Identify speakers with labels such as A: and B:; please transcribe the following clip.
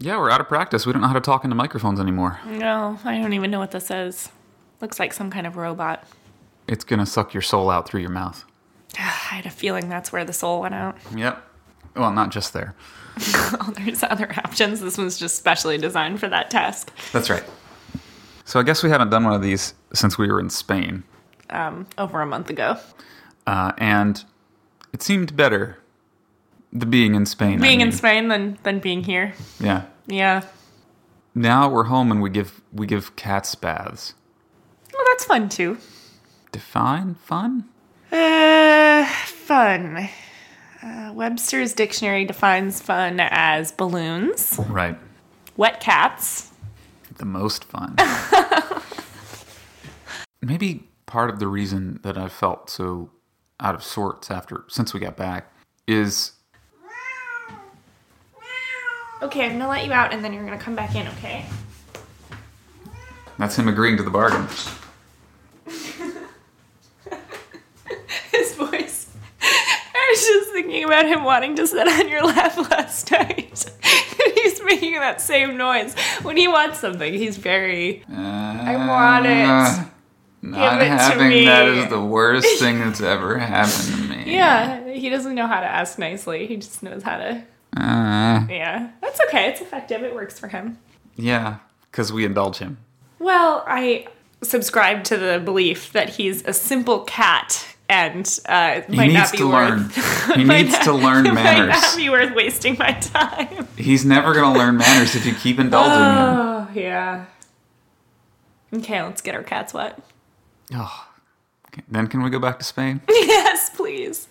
A: Yeah, we're out of practice. We don't know how to talk into microphones anymore.
B: No, I don't even know what this is. Looks like some kind of robot.
A: It's going to suck your soul out through your mouth.
B: I had a feeling that's where the soul went out.
A: Yep. Well, not just there.
B: Oh, there's other options. This one's just specially designed for that task.
A: That's right. So I guess we haven't done one of these since we were in Spain.
B: Um, over a month ago.
A: Uh, and it seemed better, the being in Spain. I
B: Being in
A: mean.
B: Spain than than being here.
A: Yeah.
B: Yeah.
A: Now we're home and we give we give cats baths.
B: Well, that's fun too.
A: Define fun?
B: Uh, fun. Uh, Webster's dictionary defines fun as balloons,
A: Right.
B: wet cats.
A: The most fun. Maybe part of the reason that I felt so out of sorts after since we got back is
B: Okay, I'm gonna let you out, and then you're gonna come back in. Okay.
A: that's him agreeing to the bargain.
B: His voice. I was just thinking about him wanting to sit on your lap last night. he's making that same noise when he wants something. He's very.
A: I
B: want it.
A: Uh, Not
B: Give it to
A: having that
B: me.
A: is the worst thing that's ever happened to me.
B: Yeah, he doesn't know how to ask nicely. He just knows how to.
A: Uh,
B: Yeah, that's okay. It's effective. It works for him.
A: yeah, because we indulge him.
B: Well, I subscribe to the belief that he's a simple cat and uh,
A: He
B: might
A: needs
B: not be
A: to learn.
B: worth.
A: He
B: might
A: needs
B: not-
A: to learn
B: Might not
A: manners.
B: be worth wasting my time.
A: He's never going to learn manners if you keep indulging him.
B: Oh yeah. Okay, let's get our cats wet.
A: Oh. Okay, Then can we go back to Spain?
B: yes, please.